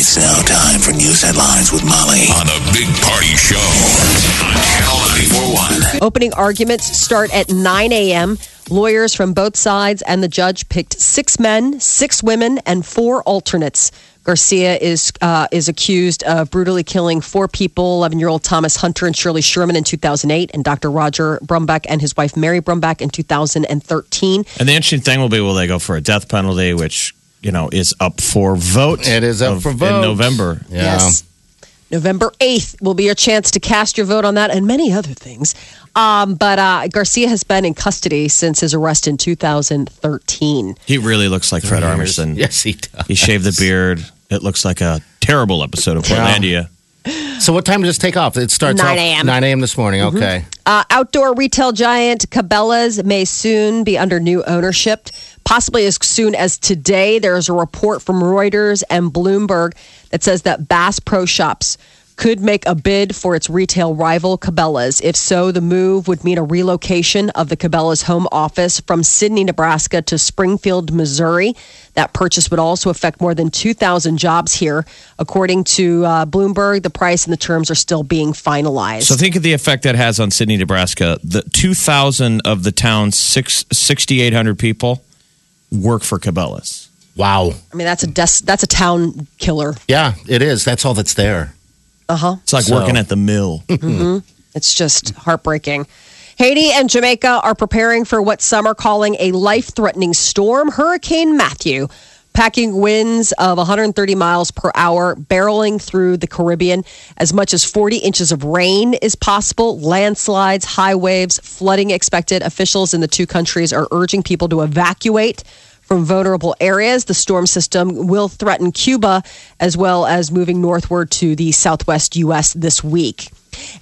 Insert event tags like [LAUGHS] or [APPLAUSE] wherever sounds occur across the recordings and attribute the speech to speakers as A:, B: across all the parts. A: It's now time for news headlines with Molly on the Big Party Show on Channel 941.
B: Opening arguments start at 9 a.m. Lawyers from both sides and the judge picked six men, six women, and four alternates. Garcia is uh, is accused of brutally killing four people: 11 year old Thomas Hunter and Shirley Sherman in 2008, and Dr. Roger Brumback and his wife Mary Brumback in 2013.
C: And the interesting thing will be will they go for a death penalty, which you know is up for vote.
D: It is up
C: of-
D: for vote.
C: in November.
D: Yeah.
B: Yes. November 8th will be your chance to cast your vote on that and many other things. Um, but uh, Garcia has been in custody since his arrest in 2013.
C: He really looks like Fred Armisen.
D: Yes, he does.
C: He shaved the beard. It looks like a terrible episode of Portlandia.
D: So what time does this take off? It starts
B: 9
D: off
B: a.m..
D: 9 a.m. this morning.
E: Mm-hmm.
D: Okay.
B: Uh, outdoor retail giant Cabela's may soon be under new ownership, possibly as soon as today. There is a report from Reuters and Bloomberg that says that Bass Pro Shops could make a bid for its retail rival Cabela's. If so, the move would mean a relocation of the Cabela's home office from Sydney, Nebraska to Springfield, Missouri. That purchase would also affect more than 2,000 jobs here. According to uh, Bloomberg, the price and the terms are still being finalized.
C: So think of the effect that has on Sydney, Nebraska. The 2,000 of the town's six- 6,800 people work for Cabela's.
D: Wow.
B: I mean, that's a des- that's a town killer.
D: Yeah, it is. That's all that's there.
B: Uh huh.
C: It's like
D: So-
C: working at the
D: [LAUGHS]
C: mill.
B: It's just heartbreaking. Haiti and Jamaica are preparing for what some are calling a life-threatening storm, Hurricane Matthew, packing winds of 130 miles per hour, barreling through the Caribbean. As much as 40 inches of rain is possible. Landslides, high waves, flooding expected. Officials in the two countries are urging people to evacuate from vulnerable areas. The storm system will threaten Cuba as well as moving northward to the southwest U.S. this week.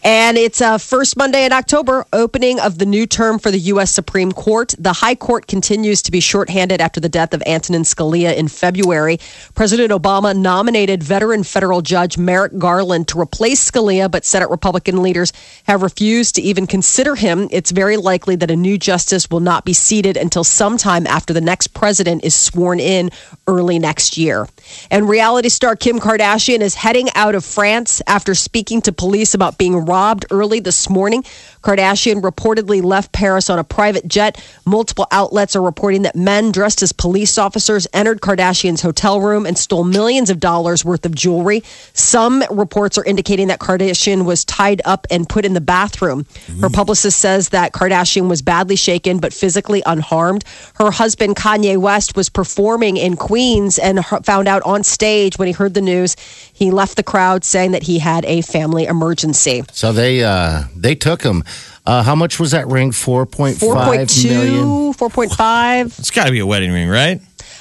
B: And it's uh, first Monday in October, opening of the new term for the U.S. Supreme Court. The High Court continues to be shorthanded after the death of Antonin Scalia in February. President Obama nominated veteran federal judge Merrick Garland to replace Scalia, but Senate Republican leaders have refused to even consider him. It's very likely that a new justice will not be seated until sometime after the next president is sworn in early next year. And reality star Kim Kardashian is heading out of France after speaking to police about being robbed early this morning. Kardashian reportedly left Paris on a private jet. Multiple outlets are reporting that men dressed as police officers entered Kardashian's hotel room and stole millions of dollars worth of jewelry. Some reports are indicating that Kardashian was tied up and put in the bathroom. Her publicist says that Kardashian was badly shaken but physically unharmed. Her husband, Kanye West, was performing in Queens and her- found out on stage when he heard the news. He left the crowd saying that he had a family emergency.
D: So they uh they took him. Uh how much was that ring? 4.5 million.
B: 4.2, 4.5.
C: It's got to be a wedding ring, right?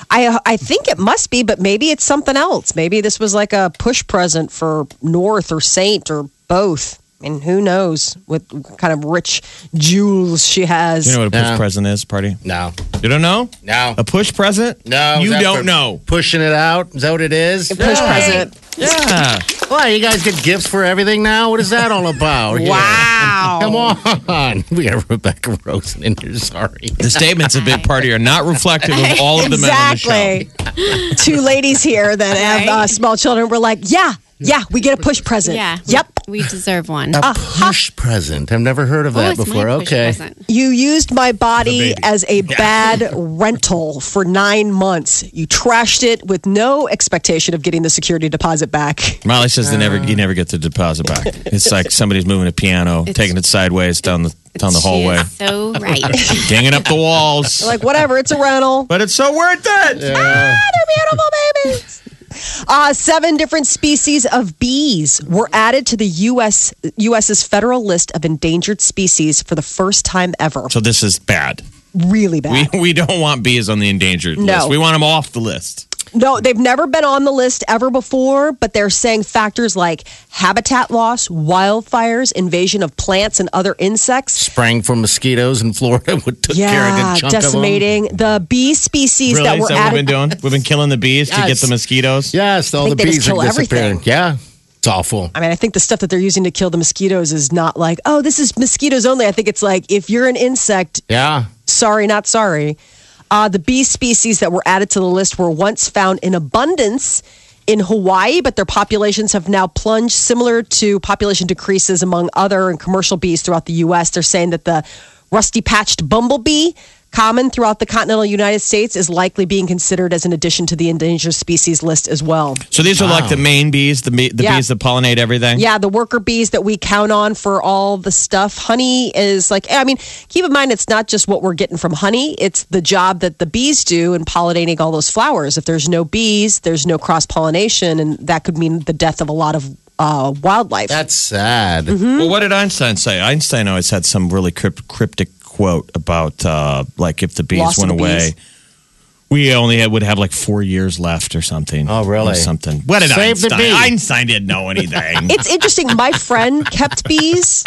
B: I, I think it must be, but maybe it's something else. Maybe this was like a push present for North or Saint or both. I mean, who knows what kind of rich jewels she has.
C: You know what a push
D: Yeah.
C: present is, party?
D: No.
C: You don't know?
D: No.
C: A push present?
D: No.
C: You
D: Is that for
C: don't
D: [LAUGHS]
C: know.
D: Pushing it out? Is that what it is?
B: push present.
D: Ah.
C: Yeah.
D: Why, you guys get gifts for everything now? What is that all
E: [LAUGHS]
D: about? Yeah.
B: Wow.
D: Come on. [LAUGHS] We have Rebecca Rosen in here.
E: [LAUGHS]
D: Sorry.
C: The statements of Big Party are not reflective of all of the men on the show.
B: exactly. Two ladies here that have uh, small children were like, yeah, yeah, we get a push present.
E: Yeah. we-
B: Yep.
E: We deserve one.
D: A push present. I've never heard of
E: Oh,
D: that
E: it's my
D: before.
E: push
D: Okay.
E: present.
B: You used my body as a bad rental for nine months. You trashed it with no expectation of getting the security deposit back.
C: Molly says they never you never get the deposit back. It's like somebody's moving a piano, taking it sideways down the down the
E: She
C: hallway,
E: is So right.
C: dinging up the walls.
B: [LAUGHS] Like, whatever, it's a rental.
C: but it's so worth
B: Ah,
C: it.
B: they're beautiful babies. [LAUGHS] Uh, seven different species of bees were added to the U.S. U.S.'s federal list of endangered species for the first time ever.
C: So this is bad.
B: Really bad.
C: We we don't want bees on the endangered
B: No.
C: list. We want them off the list.
B: No, they've never been on the list ever before, but they're saying factors like habitat loss, wildfires, invasion of plants and other insects.
D: Sprang from mosquitoes in Florida [LAUGHS] would took care of a good chunk of them.
B: decimating the bee species
C: Really?
B: that
C: Is
B: were
C: that what
B: added.
C: we've been doing? We've been killing the bees to get
D: Yes.
C: the mosquitoes.
D: Yes, all the
B: think they just
D: bees
B: kill
D: are disappearing.
B: everything.
D: Yeah, it's awful.
B: I mean, I think the stuff that they're using to kill the mosquitoes is not like, oh, this is mosquitoes only. I think it's like, if you're an insect,
D: Yeah,
B: sorry, not sorry. Uh, the bee species that were added to the list were once found in abundance in Hawaii, but their populations have now plunged, similar to population decreases among other and commercial bees throughout the U.S. They're saying that the rusty patched bumblebee, common throughout the continental United States, is likely being considered as an addition to the endangered species list as well.
C: So these are like the main bees, the, bee, the
B: Yeah.
C: bees that pollinate everything.
B: Yeah, the worker bees that we count on for all the stuff. Honey is like, I mean, keep in mind, it's not just what we're getting from honey, it's the job that the bees do in pollinating all those flowers. If there's no bees, there's no cross pollination, and that could mean the death of a lot of uh, wildlife.
D: that's sad.
B: Mm-hmm.
C: Well, what did Einstein say? Einstein always had some really crypt- cryptic quote about uh, like if the bees
B: Loss of
C: went
B: the
C: away,
B: bees.
C: we only had, would have like four years left or something.
D: Oh, really?
C: Or something. What did
D: Save the
C: Einstein?
D: bee.
C: Einstein didn't
D: [LAUGHS]
C: know anything.
B: it's interesting. My friend kept bees.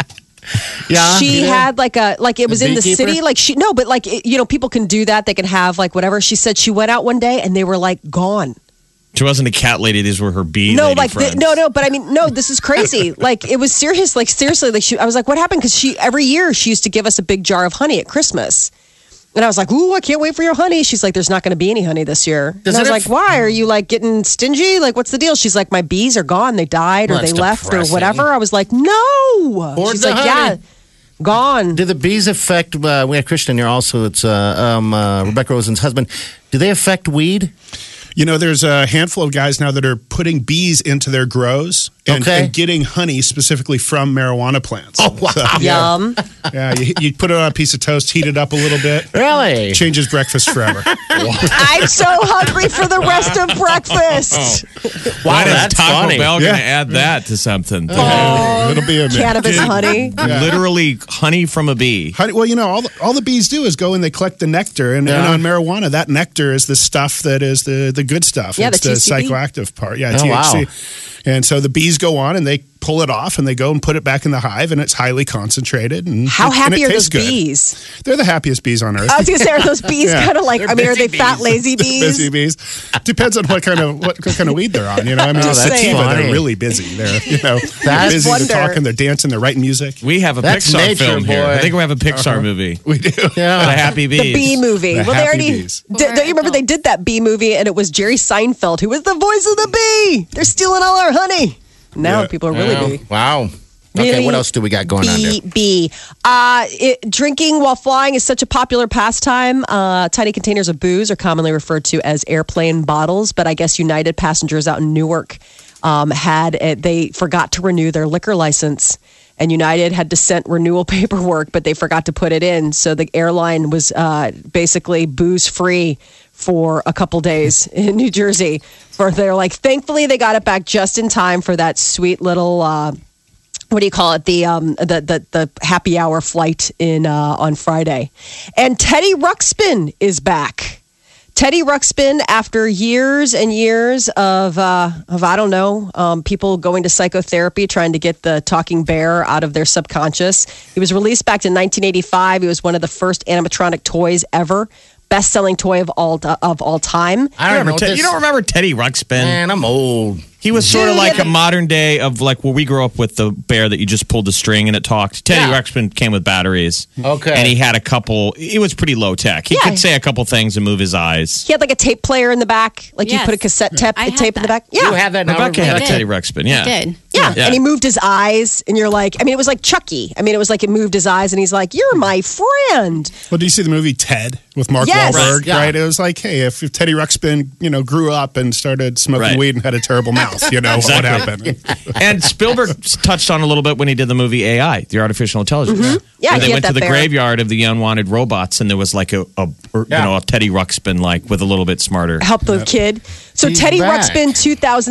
D: Yeah,
B: she
D: yeah.
B: had like a like it was in the
D: beekeeper?
B: city like she no but like it- you know people can do that they can have like whatever she said she went out one day and they were like gone
C: she wasn't a cat lady. These were her bee.
B: no
C: lady
B: like the,
C: friends.
B: no no but i mean no this is crazy like it was serious like seriously like she i was like what happened because she every year she used to give us a big jar of honey at christmas and i was like ooh i can't wait for your honey she's like there's not going to be any honey this year and i
D: Doesn't
B: was
D: it
B: like
D: f-
B: why are you like getting stingy like what's the deal she's like my bees are gone they died or
D: Well,
B: they
D: that's
B: left or
D: depressing.
B: whatever i was like no
D: Hoard
B: she's
D: the
B: like yeah
D: honey.
B: gone
D: Do the bees affect? Uh, we had Christian here also. It's uh, um, uh, Rebecca Rosen's husband. Do they affect weed?
F: You know, there's a handful of guys now that are putting bees into their grows and,
D: Okay.
F: and getting honey specifically from marijuana plants. Oh, wow. yeah,
B: yum
F: yeah you, you put it on a piece of toast, heat it up a little bit.
D: Really?
F: Changes breakfast forever.
B: i'm so hungry for the rest of breakfast
C: Why
D: Wow,
C: does
D: that's
C: Taco
D: funny. Oh.
C: Bell
F: Yeah.
C: gonna add that to something?
F: It'll be a minute.
B: cannabis honey
C: Literally honey from a bee.
F: Honey- well, you know, all the, all the bees do is go and they collect the nectar, and, and
D: Yeah.
F: on marijuana, that nectar is the stuff that is the the good stuff.
B: Yeah, the
F: it's the,
B: TCB.
F: psychoactive part. Yeah,
D: Oh, wow.
F: THC. And so the bees go on and they pull it off, and they go and put it back in the hive, and it's highly concentrated. And
B: how
F: and it
B: happy are
F: tastes
B: those
F: good.
B: bees
F: They're the happiest bees on earth. [LAUGHS]
B: I was gonna say, are those bees
F: Yeah.
B: kind of like? I mean, are they fat lazy bees?
F: busy bees. Depends on what kind of what, what kind of weed they're on. You know, I
B: [LAUGHS]
F: mean,
D: Oh,
F: the
D: that's
F: sativa,
D: funny.
F: they're really busy. They're you know, they're
D: That's-
F: busy.
B: Wonder.
F: They're talking. They're dancing. They're writing music.
C: We have a
D: That's
C: Pixar
D: nature,
C: film here. I
D: boy. Uh-huh.
C: think we have a Pixar movie.
F: We do.
C: The
D: Yeah.
C: Happy Bees.
B: The bee movie.
F: The
B: well, they
F: happy
B: already
F: bees.
B: did, don't you remember they did that bee movie, and it was Jerry Seinfeld who was the voice of the bee. They're stealing all our honey. Now
F: Yeah.
B: people are [LAUGHS] really bee.
D: Wow. Okay, what
B: Really
D: else do we got going on there?
B: Bee, bee. Uh, it, drinking while flying is such a popular pastime. Uh, tiny containers of booze are commonly referred to as airplane bottles, but I guess United passengers out in Newark um, had uh they forgot to renew their liquor license. And United had to send renewal [LAUGHS] paperwork, but they forgot to put it in. So the airline was uh, basically booze free for a couple days
D: [LAUGHS]
B: in New Jersey. For they're like, thankfully they got it back just in time for that sweet little uh, what do you call it the um the the, the happy hour flight in uh, on Friday, and Teddy Ruxpin is back. Teddy Ruxpin, after years and years of uh, of I don't know um, people going to psychotherapy trying to get the talking bear out of their subconscious, he was released back in 1985. He was one of the first animatronic toys ever, best selling toy of all of all time.
D: I don't
C: Remember
D: know.
C: Ted-
D: this-
C: you don't remember Teddy Ruxpin?
D: Man, I'm old.
C: He was sort of
B: Dude,
C: like
B: yeah,
C: a modern day of like where we grew up with the bear that you just pulled the string and it talked. Teddy
D: Yeah.
C: Ruxpin came with batteries.
D: Okay.
C: And he had a couple, it was pretty low tech. He
B: Yeah.
C: could say a couple things and move his eyes.
B: He had like a tape player in the back, like you
E: Yes.
B: put a cassette tape,
E: I had
B: tape in the
E: that.
B: back. Yeah,
D: You have that now.
C: Rebecca had a
E: did.
C: Teddy Ruxpin. [LAUGHS] Yeah.
E: did.
B: Yeah.
C: Yeah.
B: And he moved his eyes, and you're like, I mean, it was like Chucky. I mean, it was like it moved his eyes, and he's like, You're my friend.
F: Well, do you see the movie Ted with Mark
B: Yes.
F: Wahlberg?
D: Right, yeah.
F: Right. It was like, hey, if, if Teddy Ruxpin, you know, grew up and started smoking
C: Right.
F: weed and had a terrible mouth, you know, what
C: Exactly.
F: happened?
C: And Spielberg [LAUGHS] touched on a little bit when he did the movie AI, the artificial intelligence.
B: Mm-hmm. Yeah,
C: Where
B: he
C: they
B: had
C: went
B: that
C: to the
B: bear.
C: graveyard of the unwanted robots and there was like a, a or, you
D: Yeah.
C: know, a Teddy Ruxpin like with a little bit smarter.
B: Help the kid. So
D: He's
B: Teddy
D: back.
B: Ruxpin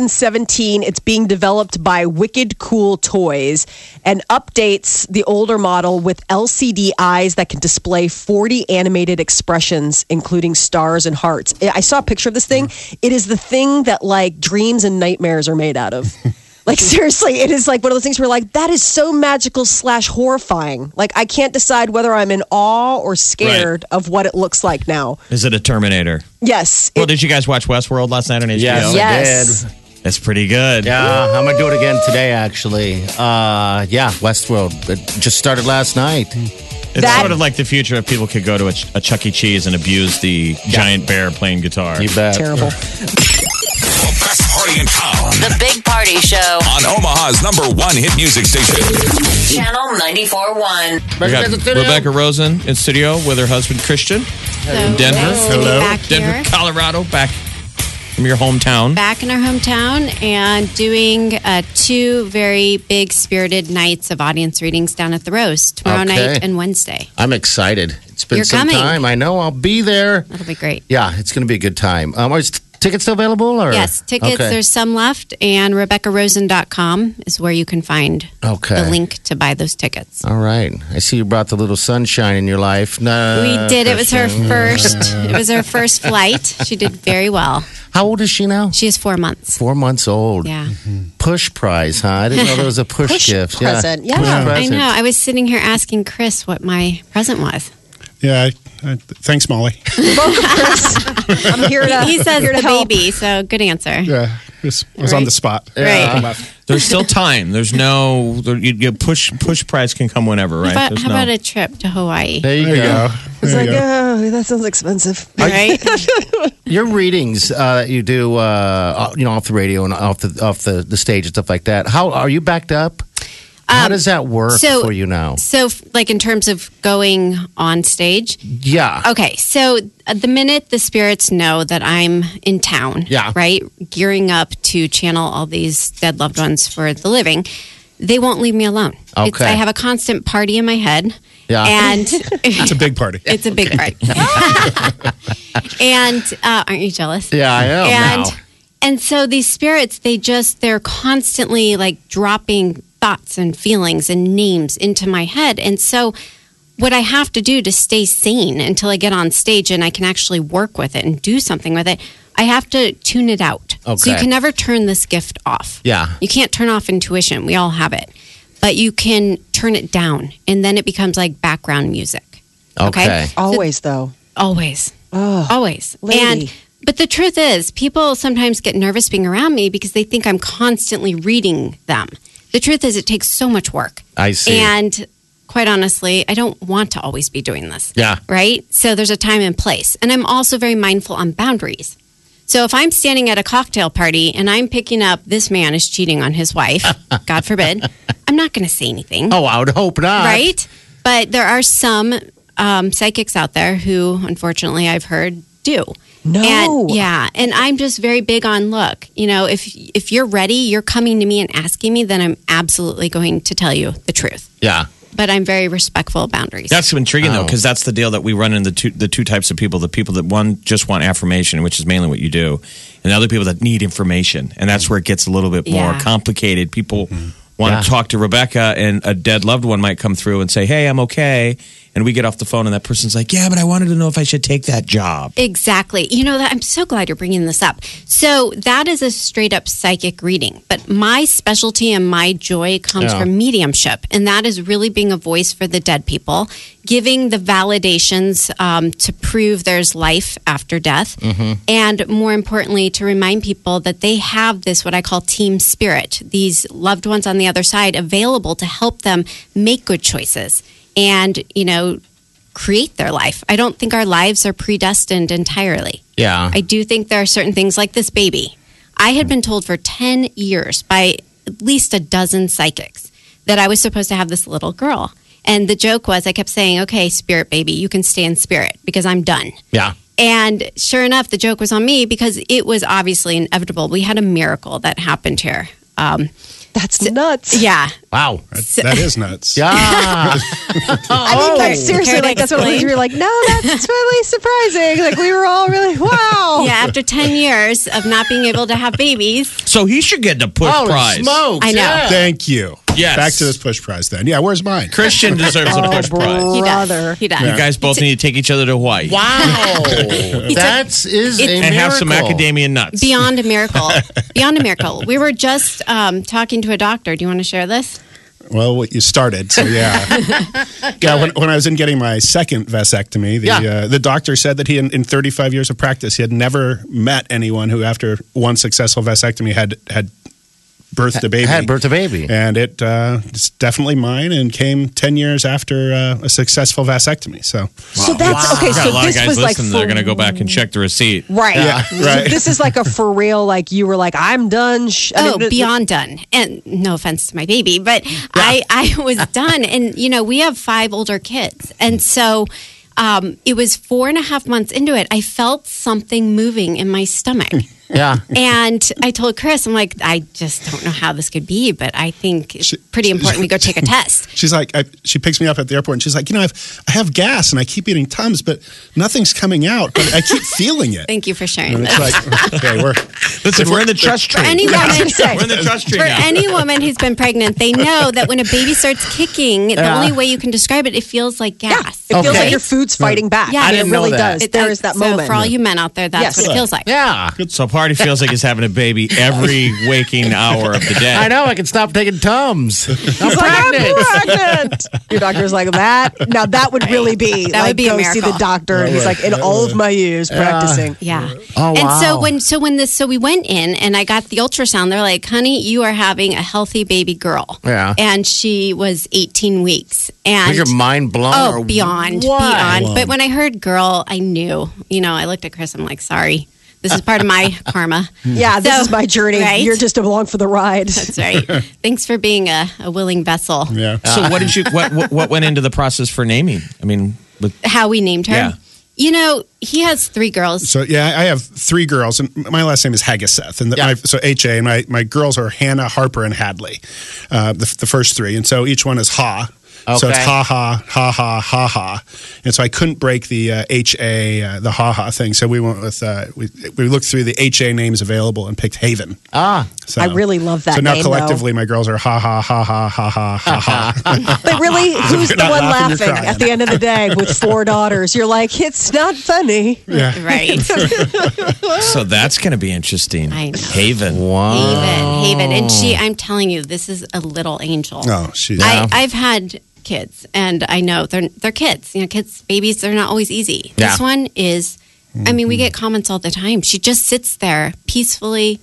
B: 2017. It's being developed by Wicked Cool Toys and updates the older model with LCD eyes that can display 40 animated expressions, including stars and hearts. I I saw a picture of this thing.
D: Mm-hmm.
B: It is the thing that like dreams and nightmares are made out
D: [LAUGHS]
B: of. Like seriously, it is like one of those things where like that is so magical slash horrifying. Like I can't decide whether I'm in awe or scared of what it looks like now.
C: Is it a Terminator?
B: Yes,
C: Well,
B: it-
C: did you guys watch Westworld last night on HBO?
D: Yes. Yeah.
B: yes.
C: That's pretty good.
D: Yeah, I'm gonna do it again today. Actually, uh, yeah, Westworld it just started last night.
C: It's
B: That-
C: sort of like the future if people could go to a, Ch- a Chuck E. Cheese and abuse the giant bear playing guitar.
D: You bet.
B: Terrible.
A: The best party in town
G: The Big Party Show.
A: on Omaha's number one hit music station.
G: Channel 94.1.
C: We got
D: Rebecca Studio.
C: Rebecca Rosen in studio with her husband Christian,
E: So
C: Denver.
E: nice to be
C: Hello.
E: back
C: Denver,
E: here.
C: Colorado, back from your hometown.
E: Back in our hometown and doing uh, two very big spirited nights of audience readings down at the Rose tomorrow
D: Okay.
E: night and Wednesday.
D: I'm excited. It's been
E: You're
D: some
E: coming.
D: time. I know. I'll be there.
E: That'll be great.
D: Yeah, it's gonna be a good time. Um, are t- tickets still available? Or
E: Yes, tickets,
D: Okay.
E: there's some left, and RebeccaRosen.com is where you can find
D: Okay.
E: the link to buy those tickets.
D: All right. I see you brought the little sunshine in your life. No,
E: we did. It was her first. It was her first flight. She did very well.
D: How old is she now?
E: She is four months.
D: Four months old.
E: Yeah.
D: Push prize, huh? I didn't know there
E: [LAUGHS]
D: was a push,
B: Push
D: gift.
B: present, yeah.
D: Push
B: Yeah. I
E: I
D: present.
E: know. I was sitting here asking Chris what my present
B: [LAUGHS]
E: was.
F: Yeah. I, I, thanks, Molly.
E: [LAUGHS]
B: I'm here to.
E: He says
B: here to
E: the
B: help.
E: baby, so good answer.
F: Yeah. Just was on
E: Right.
F: the spot.
E: Right.
C: There's
E: [LAUGHS]
C: still time. There's no there, you, you push push price can come whenever, right?
E: How, about,
C: There's
E: how
C: no,
E: about a trip to Hawaii?
D: There you,
F: There you
D: go.
F: go.
B: It's
F: There
B: like,
F: you go.
B: oh, that sounds expensive.
E: Right?
D: Your readings uh, that you do, uh, you know, off the radio and off the off the, the stage and stuff like that. How are you backed up? How does that work
E: Um, so-
D: for you now?
E: so, f- like in terms of going on stage,
D: Yeah.
E: Okay, so uh, the minute the spirits know that I'm in town,
D: Yeah.
E: right, gearing up to channel all these dead loved ones for the living, they won't leave me alone. It's,
D: Okay.
E: I have a constant party in my head,
D: Yeah.
E: and
D: [LAUGHS]
F: It's a big party.
E: it's a big party. [LAUGHS] and uh, aren't you jealous?
D: Yeah, I am
E: and
D: now.
E: and so these spirits they just they're constantly like dropping thoughts and feelings and names into my head and so what i have to do to stay sane until i get on stage and i can actually work with it and do something with it i have to tune it out so you
D: Okay.
E: can never turn this gift off
D: Yeah.
E: you can't turn off intuition we all have it but you can turn it down and then it becomes like background music
D: Okay.
B: Always though.
E: Always. Always.
B: lady.
E: And but the truth is, people sometimes get nervous being around me because they think I'm constantly reading them. The truth is it takes so much work.
D: I see.
E: And quite honestly, I don't want to always be doing this.
D: Yeah.
E: Right? So there's a time and place. And I'm also very mindful on boundaries. So if I'm standing at a cocktail party and I'm picking up this man is cheating on
D: [LAUGHS]
E: his wife, God forbid, I'm not going to say anything
D: Oh, I would hope not.
E: right? But there are some um, psychics out there who, unfortunately, I've heard do.
B: No.
E: And, yeah, and I'm just very big on look. You know, if if you're ready, you're coming to me and asking me, then I'm absolutely going to tell you the truth.
D: Yeah.
E: But I'm very respectful of boundaries.
C: That's intriguing though,
D: Oh.
C: because that's the deal that we run into two, the two types of people: the people that one just want affirmation, which is mainly what you do, and the other people that need information, and that's where it gets a little bit more
E: Yeah.
C: complicated. People want
D: Mm-hmm. Yeah.
C: to talk to Rebecca, and a dead loved one might come through and say, "Hey, I'm okay," and we get off the phone, and that person's like, "Yeah, but I wanted to know if I should take that job."
E: Exactly. You know that I'm so glad you're bringing this up. So that is a straight up psychic reading, but my specialty and my joy comes
D: Yeah.
E: from mediumship, and that is really being a voice for the dead people, giving the validations um, to prove there's life after death, and more importantly, to remind people that they have this what I call team spirit, these loved ones on the other side available to help them make good choices and you know create their life. I don't think our lives are predestined entirely.
D: Yeah.
E: I do think there are certain things like this baby. I had been told for 10 years by at least a dozen psychics that I was supposed to have this little girl. And the joke was, I kept saying, okay, spirit baby, you can stay in spirit because I'm done.
D: yeah.
E: And sure enough, the joke was on me because it was obviously inevitable. We had a miracle that happened here. Um,
B: That's nuts.
E: Yeah.
D: Wow.
F: That, that is nuts.
D: Yeah.
B: I mean, like, seriously,
E: Care to
B: like, that's what we
E: explain?
B: were like, no,
E: [LAUGHS]
B: that's really surprising. Like, we were all really, wow.
E: Yeah. After 10 years of not being able to have babies,
C: So he should get the push
B: Oh,
D: Holy
C: prize.
D: smokes.
E: I know.
D: yeah.
F: Thank you.
C: Yes.
F: Back to this push prize then. Yeah, where's mine?
C: Christian deserves
B: [LAUGHS] Oh,
C: a push prize.
E: he
B: Brother.
E: does. He does.
C: You guys both need to take each other to Hawaii
D: Wow. that is a
C: and
D: miracle.
C: have some macadamia nuts.
E: Beyond a miracle. Beyond a miracle. We were just um, talking to a doctor. Do you want to share this?
F: Well, what you started, so
D: [LAUGHS]
F: yeah, yeah. When, when I was in getting my second vasectomy, the
D: Yeah.
F: uh, the doctor said that he, in, in 35 years of practice, he had never met anyone who, after one successful vasectomy, had had birthed a baby.
D: Had birth a baby.
F: and it uh, it's definitely mine, and came 10 years after uh, a successful vasectomy. So
B: So that's okay.
C: I've got
B: So
C: a lot of
B: this
C: guys
B: was like
C: listening. They're
B: for
C: going to go back and check the receipt.
B: Right.
F: Yeah, right.
B: This is like a for real, like you were like, I'm done. Sh- I
E: oh,
B: mean,
E: beyond done. And no offense to my baby, but I, I
B: [LAUGHS]
E: was done. And, you know, we have five older kids. And so um, it was four and a half months into it. I felt something moving in my
B: [LAUGHS]
E: stomach.
D: Yeah.
E: and I told Chris, I'm like, I just don't know how this could be, but I think it's pretty important we
B: [LAUGHS]
E: go take a test.
F: she's like, I, she picks me up at the airport, and she's like, you know, I've I have gas, and I keep eating tums, but nothing's coming out, but I keep feeling
D: [LAUGHS]
F: it.
E: Thank you for sharing
F: and
E: that.
F: it's like, okay, we're
C: Listen, we're in the trust tree.
B: [LAUGHS]
E: any
C: Yeah.
E: woman-
C: We're in the trust tree
E: For
C: now.
E: any woman who's been pregnant, they know that when a baby starts kicking, the only way you can describe it, it feels like gas.
B: It feels
D: Okay.
B: like your food's fighting back.
E: Yeah. I
B: it
E: didn't
D: know
B: really
D: that.
B: does. there is that
E: so
B: moment.
E: For all you men out there, that's
B: Yes.
E: what it feels like.
D: Yeah.
C: so party feels like he's having a baby [LAUGHS] every waking hour of the day.
D: I know. I can stop taking Tums. I'm
B: It's like, I'm
D: pregnant.
F: [LAUGHS]
B: pregnant. Your doctor's like that. Now that would really be
E: That
B: like
E: would be a
B: go see the
E: miracle.
B: doctor, and he's like, in all of my years practicing.
E: Yeah.
D: Oh,
E: and
D: wow.
E: so when so when this so we went in and I got the ultrasound, they're like, honey, you are having a healthy baby girl.
D: Yeah.
E: And she was eighteen weeks.
D: Was
E: And
D: your mind blown?
E: Oh,
D: or
E: beyond,
D: what?
E: beyond. But when I heard girl, I knew. You know, I looked at Chris. I'm like, sorry, this is part of my
D: [LAUGHS]
E: karma.
B: Yeah, this
E: So-
B: is my journey.
E: right?
B: You're just along for the ride.
F: [LAUGHS]
E: That's right. Thanks for being a, a willing vessel.
F: yeah.
C: So what did you? What, what what went into the process for naming? I mean, with,
E: How we named her.
C: Yeah.
E: You know, he has three girls.
F: So yeah, I have three girls, and my last name is Haggiseth, and the, my, so H A, and my, my girls are Hannah, Harper, and Hadley, uh, the, the first three, and so each one is Ha. So it's
D: Okay.
F: ha ha ha ha ha ha, and so I couldn't break the uh, H A uh, the ha ha thing. So we went with uh, we we looked through the H A names available and picked Haven.
D: Ah.
F: So,
B: I really love that
F: So now
B: name, though.
F: collectively, my girls are ha ha ha ha ha ha ha ha. [LAUGHS]
B: But really, who's the
F: not
B: one
F: laughing,
B: laughing
F: you're crying.
B: at the end of the day
F: [LAUGHS]
B: with four daughters? You're like, it's not funny.
F: Yeah.
E: Right.
C: so that's going to be interesting.
E: I know.
C: Haven.
E: Haven, Haven. And she, I'm telling you, this is a little angel.
F: Oh, she's
E: I, I've had kids, and I know they're they're kids. You know, kids, babies, they're not always easy.
D: Yeah.
E: This one is. I mean, we get comments all the time. She just sits there peacefully,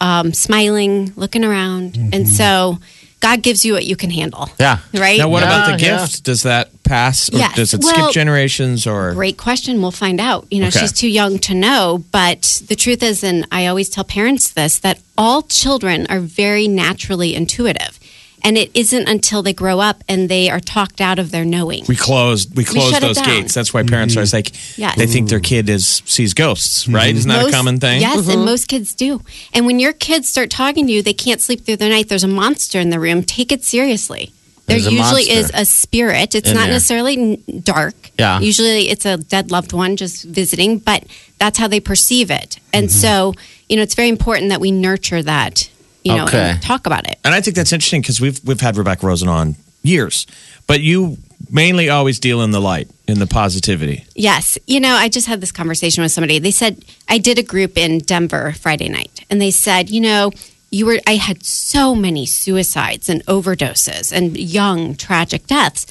E: um, smiling, looking around, and so God gives you what you can handle.
D: Yeah.
E: Right.
C: Now, what about the
D: Yeah, yeah.
C: gift? Does that pass? Or
E: Yes.
C: Does it
E: Well-
C: skip generations? Or
E: Great question. We'll find out. You know,
C: Okay.
E: she's too young to know, but the truth is, and I always tell parents this, that all children are very naturally intuitive. And it isn't until they grow up and they are talked out of their knowing.
C: we closed we closed
E: shut it
C: those
E: down.
C: gates. That's why parents are always like
E: Yes.
C: they think their kid is sees ghosts, right? Isn't that a
E: Most-
C: common thing?
E: Yes,
D: Mm-hmm.
E: and most kids do. And when your kids start talking to you, they can't sleep through the night. There's a monster in the room. Take it seriously. There
D: There's a
E: usually
D: monster.
E: is a spirit. It's
D: In
E: not
D: there.
E: necessarily n- dark.
D: Yeah.
E: Usually it's a dead loved one just visiting, but that's how they perceive it. And
D: Mm-hmm.
E: so, you know, it's very important that we nurture that, you know,
D: Okay.
E: and talk about it.
C: And I think that's interesting because we've we've had Rebecca Rosen on years, but you mainly always deal in the light, in the positivity.
E: Yes. You know, I just had this conversation with somebody. They said, I did a group in Denver Friday night, and they said, you know, you were, I had so many suicides and overdoses and young, tragic deaths.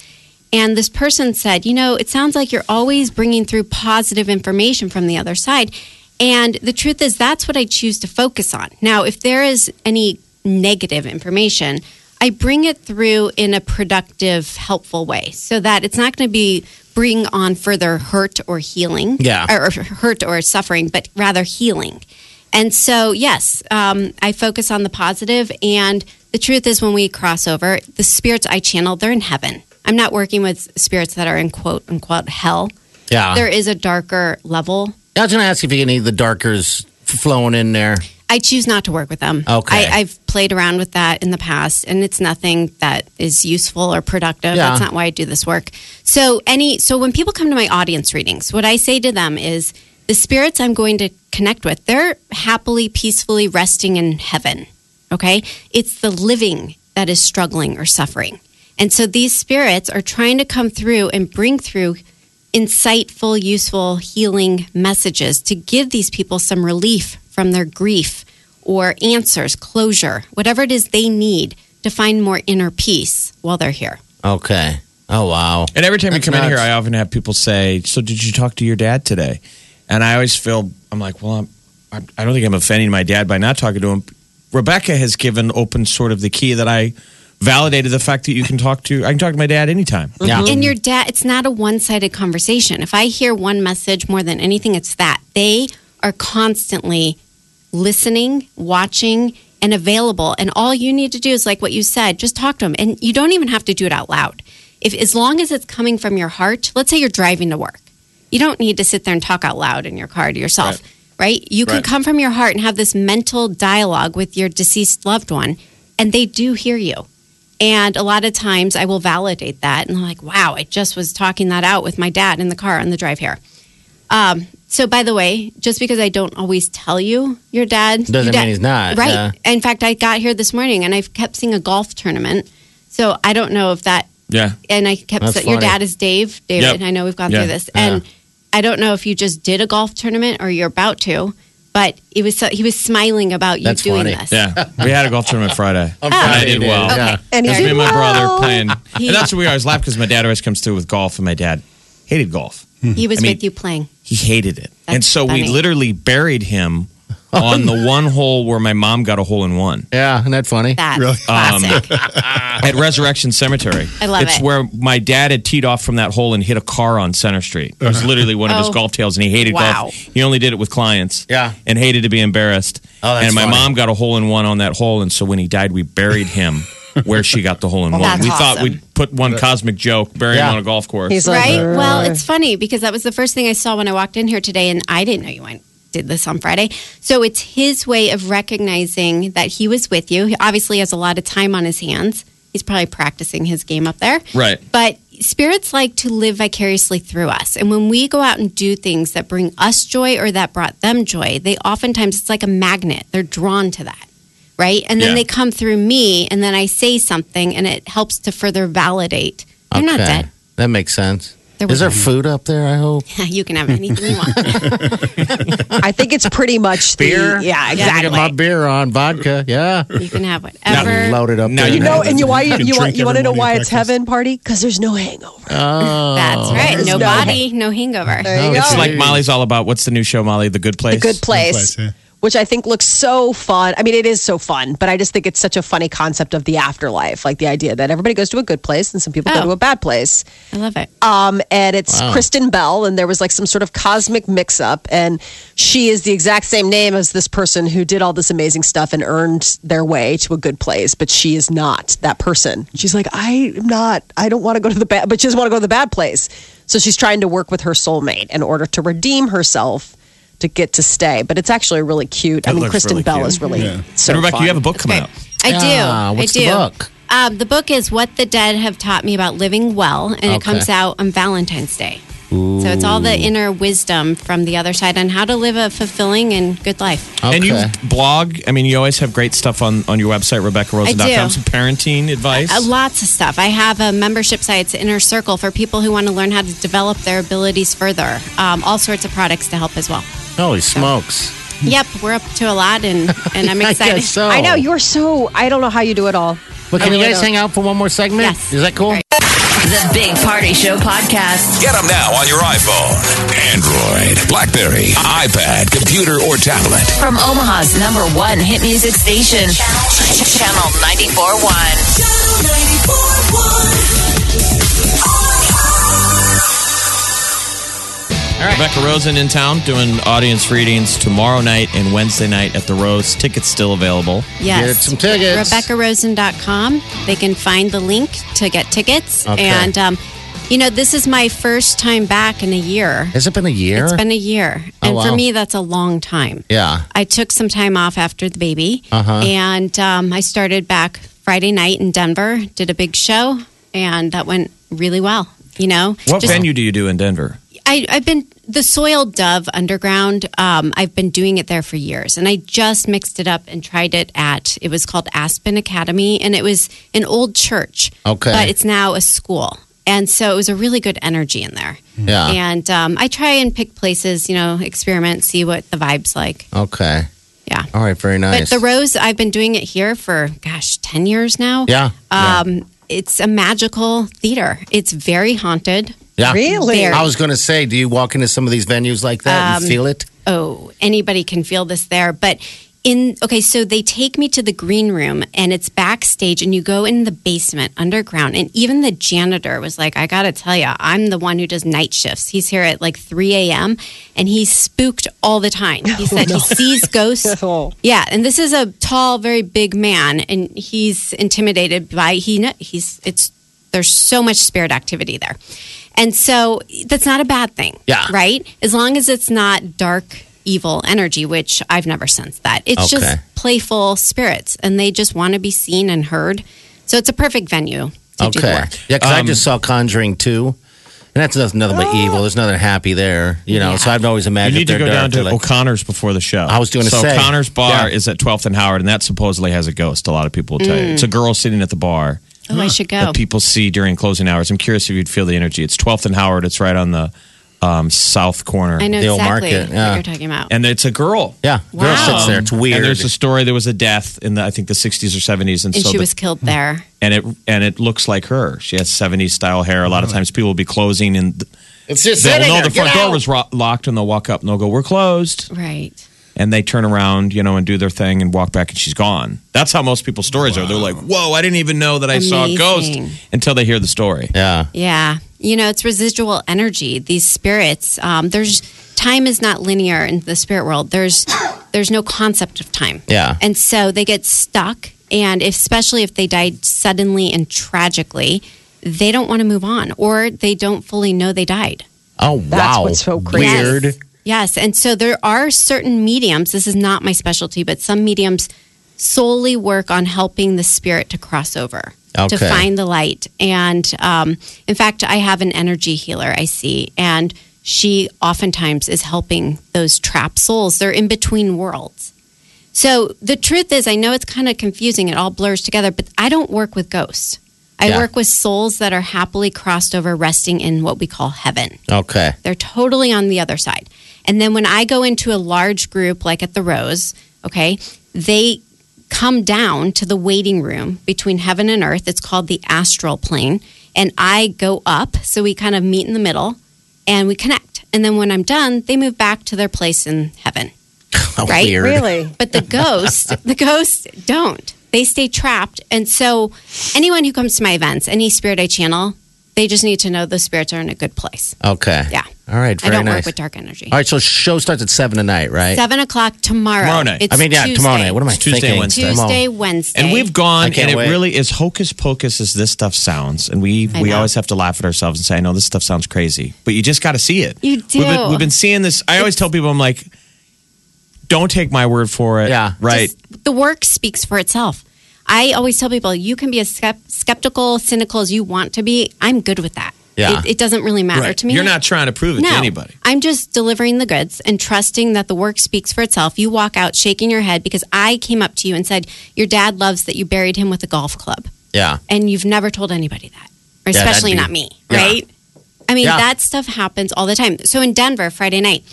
E: And this person said, you know, it sounds like you're always bringing through positive information from the other side. And the truth is, that's what I choose to focus on. Now, if there is any negative information, I bring it through in a productive, helpful way so that it's not going to be bring on further hurt or healing,
D: Yeah.
E: or, or hurt or suffering, but rather healing. And so, yes, um, I focus on the positive, And the truth is, when we cross over, the spirits I channel, they're in heaven. I'm not working with spirits that are in quote unquote hell.
D: Yeah.
E: There is a darker level
D: I was going to ask if you get any of the darkers f- flowing in there.
E: I choose not to work with them.
D: Okay.
E: I, I've played around with that in the past, and it's nothing that is useful or productive.
D: Yeah.
E: That's not why I do this work. So any so when people come to my audience readings, what I say to them is the spirits I'm going to connect with, they're happily, peacefully resting in heaven. Okay? It's the living that is struggling or suffering. And so these spirits are trying to come through and bring through insightful, useful, healing messages to give these people some relief from their grief or answers, closure, whatever it is they need to find more inner peace while they're here.
D: Okay. Oh wow.
C: And every time
D: That's
C: you come in here,
D: nuts.
C: I often have people say, "So did you talk to your dad today?" And I always feel I'm like, "Well, I'm, I'm I don't think I'm offending my dad by not talking to him." Rebecca has given open sort of the key that I validated the fact that you can talk to. I can talk to my dad anytime.
D: Yeah.
E: And your dad, it's not a one sided conversation. If I hear one message more than anything, it's that they are constantly listening, watching, and available. And all you need to do is, like what you said, just talk to them. And you don't even have to do it out loud. If, as long as it's coming from your heart, let's say you're driving to work, you don't need to sit there and talk out loud in your car to yourself, right? You can
C: Right.
E: come from your heart and have this mental dialogue with your deceased loved one, and they do hear you. And a lot of times I will validate that and I'm like, wow, I just was talking that out with my dad in the car on the drive here. Um, so, by the way, just because I don't always tell you your dad
D: Doesn't
E: your dad-
D: mean he's not,
E: Right.
D: yeah.
E: In fact, I got here this morning and I kept seeing a golf tournament. So I don't know if that,
C: Yeah.
E: and I kept,
D: That's
E: saying, your
D: funny.
E: dad is Dave, David,
C: Yep.
E: and I know we've gone
C: Yeah.
E: through this. And I don't know if you just did a golf tournament or you're about to, but it was so, he was smiling about you
D: That's
E: doing
D: funny.
E: this.
C: Yeah, we had a golf tournament Friday, and I
D: Friday
C: did
D: it
C: well.
D: is, yeah.
B: And
C: It
B: he
C: was me
B: did
C: and my brother
B: well.
E: [LAUGHS]
C: playing, and that's what we always laugh because my dad always comes through with golf, and my dad hated golf.
E: He was
C: I mean-
E: with you playing.
C: He hated it, and
E: That's
C: so we
E: funny.
C: literally buried
E: [LAUGHS]
C: him on the one hole where my mom got a hole in one.
D: Yeah, isn't that funny?
E: That
F: Really?
C: Um,
E: classic.
C: at Resurrection Cemetery.
E: I love
C: it's
E: it.
C: where my dad had teed off from that hole and hit a car on Center Street. It
D: Uh-huh.
C: was literally one of his
E: Oh.
C: golf tails, and he hated
E: Wow.
C: golf. He only did it with clients.
D: Yeah.
C: and hated to be embarrassed.
D: Oh, that's
C: and my
D: funny.
C: mom got a hole in one on that hole, and so when he died, we buried
D: [LAUGHS]
C: him. Where she got the hole in one.
E: that's
C: we thought
E: awesome.
C: we'd put one cosmic joke, bury
D: Yeah.
C: him on a golf course.
B: He's like,
E: right? Well, it's funny because that was the first thing I saw when I walked in here today, and I didn't know you went did this on Friday. So it's his way of recognizing that he was with you. He obviously has a lot of time on his hands. He's probably practicing his game up there.
C: Right.
E: But spirits like to live vicariously through us. And when we go out and do things that bring us joy or that brought them joy, they oftentimes, it's like a magnet. They're drawn to that. Right. And then
C: Yeah.
E: they come through me, and then I say something, and it helps to further validate. They're not
D: Okay.
E: dead.
D: That makes sense.
E: There
D: Is
E: was
D: there
E: no-
D: food up there? I hope.
E: [LAUGHS] you can have anything you want.
B: I think it's pretty much the-
D: Beer?
B: yeah,
D: I
B: exactly.
D: got my beer on vodka. Yeah,
E: You can have whatever.
D: loaded up.
C: Now
D: there.
C: you
B: No, and you why
F: You
B: you
F: can
B: you, want
F: drink
B: you want to
F: every
B: know
F: morning
B: why
F: at
B: it's
F: breakfast.
B: heaven party because there's no hangover.
D: Oh.
E: That's right. No
B: no-
E: body, no hangover.
B: There you
C: it's
B: go.
C: like Molly's all about. What's the new show, Molly? The Good Place.
B: the good
F: Good
B: place,
F: Place, yeah.
B: which I think looks so fun. I mean, it is so fun, but I just think it's such a funny concept of the afterlife, like the idea that everybody goes to a good place and some people go
E: Oh.
B: to a bad place.
E: I love it.
B: Um, and it's Kristen Bell, and there was like some sort of cosmic mix up, and she is the exact same name as this person who did all this amazing stuff and earned their way to a good place, but she is not that person. She's like, I am not, I don't want to go to the bad, but she doesn't want to go to the bad place. So she's trying to work with her soulmate in order to redeem herself to get to stay. But it's actually really cute. I
C: It
B: mean,
C: looks
B: Kristen
C: really
B: Bell
C: cute.
B: is really so
C: And Rebecca,
B: fun.
C: you have a book coming out.
E: I do.
D: Ah, what's
E: I
D: the
E: do.
D: book?
E: Um, the book is What the Dead Have Taught Me About Living Well, and
D: Okay.
E: it comes out on Valentine's Day. So it's all the inner wisdom from the other side on how to live a fulfilling and good life.
D: Okay.
C: And you blog. I mean, you always have great stuff on, on your website, RebeccaRosen.com.
E: I do.
C: Some parenting advice.
E: Uh, lots of stuff. I have a membership site, it's Inner Circle, for people who want to learn how to develop their abilities further. Um, all sorts of products to help as well.
D: Holy smokes!
E: Yep, we're up to a lot, and,
D: [LAUGHS]
E: and I'm
D: Hmm. I
E: excited.
D: guess so.
B: I know, you're so, I don't know how you do it all.
D: But can
B: I
D: you
B: really
D: guys
B: don't.
D: hang out for one more segment?
E: Oh, Yes.
D: Is that cool?
E: Right.
G: The Big Party Show Podcast.
A: Get them now on your iPhone, Android, Blackberry, iPad, computer, or tablet.
G: From Omaha's number one hit music station, Channel 94.1.
C: Rebecca Rosen in town doing audience readings tomorrow night and Wednesday night at the Rose. Tickets still available.
E: Yes.
D: Get some tickets.
E: RebeccaRosen.com. They can find the link to get tickets.
D: Okay.
E: And um, You know, this is my first time back in a year.
D: Has it been a year?
E: It's been a year.
D: Oh,
E: And
D: wow.
E: for me, that's a long time.
D: yeah.
E: I took some time off after the baby.
D: Uh-huh.
E: And um, I started back Friday night in Denver, did a big show, and that went really well. You know,
C: What
E: Just-
C: venue do you do in Denver?
E: I, I've been the Soiled Dove Underground. Um, I've been doing it there for years, and I just mixed it up and tried it at. It was called Aspen Academy, and it was an old church.
D: Okay.
E: but it's now a school, and so it was a really good energy in there.
D: Yeah.
E: and um, I try and pick places, you know, experiment, see what the vibes like.
D: Okay.
E: Yeah.
D: All right. Very nice.
E: But the rose, I've been doing it here for gosh, ten years now.
D: yeah.
E: Um, it's a magical theater. It's very haunted.
D: yeah.
B: Really?
E: Very.
D: I was going to say, do you walk into some of these venues like that
E: Um,
D: and feel it?
E: oh, anybody can feel this there. But in, okay, so they take me to the green room and it's backstage, and you go in the basement underground. And even the janitor was like, I gotta tell you, I'm the one who does night shifts. He's here at like 3 a.m. and he's spooked all the time. He said he sees ghosts.
B: Oh.
E: Yeah, and this is a tall, very big man, and he's intimidated by he. kn- He's it's there's so much spirit activity there, and so that's not a bad thing.
D: Yeah.
E: right. As long as it's not dark, evil energy, which I've never sensed that. It's
D: Okay.
E: just playful spirits, and they just want to be seen and heard. So it's a perfect venue to do the
D: Okay.
E: work.
D: Yeah, because I
C: Um,
D: just saw Conjuring 2. And that's nothing, nothing but evil. There's nothing happy there, you know. So I've always
C: You
D: imagined
C: need to
D: they're
C: go down
D: dark.
C: to
D: They're like-
C: O'Connor's before the show.
D: I was gonna
C: so
D: say.
C: O'Connor's bar
D: Yeah. Mm.
C: is at 12th and Howard, and that supposedly has a ghost. A lot of people will tell you it's a girl sitting at the bar
E: Oh,
C: [GASPS]
E: I should go.
C: that people see during closing hours. I'm curious if you'd feel the energy. It's 12th and Howard. It's right on the um, south corner.
E: I know
D: The old
E: exactly
D: market, yeah.
E: what you're talking about.
C: And it's a girl.
D: yeah, girl
E: Wow.
D: sits there. It's
C: Um,
D: weird.
C: And there's a story. There was a death in the I think the 60s or 70s, and,
E: and
C: so
E: she
C: the-
E: was killed there.
C: and it and it looks like her. She has 70s style hair. A lot of times people will be closing and th-
D: it's just
C: they'll
D: sitting
C: know
D: there.
C: the
D: Get
C: front door
D: out.
C: was ro- locked, and they'll walk up and they'll go, "We're closed,"
E: Right.
C: and they turn around, you know, and do their thing and walk back, and she's gone. That's how most people's stories are. They're like, "Whoa, I didn't even know that I saw a ghost
E: Amazing.
C: until they hear the story."
D: Yeah.
E: Yeah. You know, it's residual energy. These spirits, um, there's time is not linear in the spirit world. There's there's no concept of time.
D: Yeah.
E: And so they get stuck and if, especially if they died suddenly and tragically, they don't want to move on or they don't fully know they died.
D: Oh wow.
B: That's what's so crazy.
D: Weird.
E: Yes. Yes. And so there are certain mediums, this is not my specialty, but some mediums solely work on helping the spirit to cross over, to
D: Okay.
E: find the light. And um, in fact, I have an energy healer I see, and she oftentimes is helping those trapped souls. They're in between worlds. So the truth is, I know it's kind of confusing, it all blurs together, but I don't work with ghosts. I
D: Yeah.
E: work with souls that are happily crossed over, resting in what we call heaven.
D: Okay.
E: They're totally on the other side. And then when I go into a large group, like at the Rose, okay, they come down to the waiting room between heaven and earth. It's called the astral plane. And I go up. So we kind of meet in the middle and we connect. And then when I'm done, they move back to their place in heaven. Right?
D: Weird.
B: Really?
E: But the
D: [LAUGHS]
E: ghosts, the ghosts don't. They stay trapped. And so anyone who comes to my events, any spirit I channel, they just need to know those spirits are in a good place.
D: Okay.
E: Yeah.
D: All right.
E: I
D: Very
E: don't
D: nice.
E: work with dark energy.
D: All right. So show starts at seven tonight, right?
E: Seven o'clock tomorrow.
C: Tomorrow night.
E: It's
D: I mean, yeah.
E: Tuesday.
D: Tomorrow night. What am I
C: It's Tuesday,
D: thinking?
C: Wednesday.
D: Tomorrow.
E: Tuesday, Wednesday.
C: And we've gone,
D: I can't
C: and it
D: wait.
C: really is hocus pocus as this stuff sounds. And we
E: I
C: we
E: know.
C: always have to laugh at ourselves and say, I know this stuff sounds crazy, but you just got to see it.
E: You
C: We've been,
E: do.
C: we've been seeing this. I always tell people, I'm like, don't take my word for it.
D: Yeah.
C: Right.
E: Just- the work speaks for itself. I always tell people you can be as skep- skeptical, cynical as you want to be. I'm good with that.
D: Yeah.
E: It, it doesn't really matter
C: Right.
E: to me.
C: You're not trying to prove it
E: no,
C: to anybody.
E: I'm just delivering the goods and trusting that the work speaks for itself. You walk out shaking your head because I came up to you and said, Your dad loves that you buried him with a golf club.
D: Yeah.
E: and you've never told anybody that, or
D: Yeah, that'd
E: especially
D: be-
E: not me,
D: yeah.
E: right? I mean,
D: Yeah.
E: that stuff happens all the time. So in Denver, Friday night,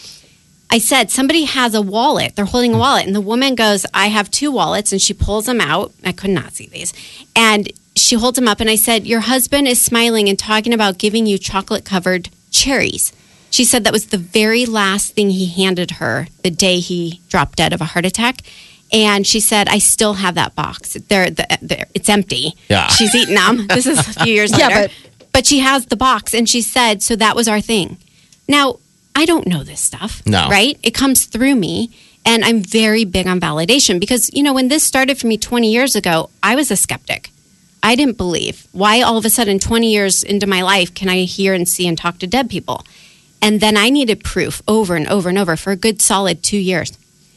E: I said somebody has a wallet. They're holding a wallet, and the woman goes, "I have two wallets," and she pulls them out. I could not see these, and she holds them up, and I said, "Your husband is smiling and talking about giving you chocolate covered cherries." She said that was the very last thing he handed her the day he dropped dead of a heart attack. And she said, I still have that box. There, the, there, it's empty.
D: Yeah.
E: She's eaten them. This is a few years
B: Yeah,
E: later. But-, she has the box. And she said, so that was our thing. Now, I don't know this stuff.
D: No.
E: Right? It comes through me. And I'm very big on validation because, you know, when this started for me 20 years ago, I was a skeptic. I didn't believe. Why all of a sudden, 20 years into my life, can I hear and see and talk to dead people? And then I needed proof over and over and over for a good solid two years.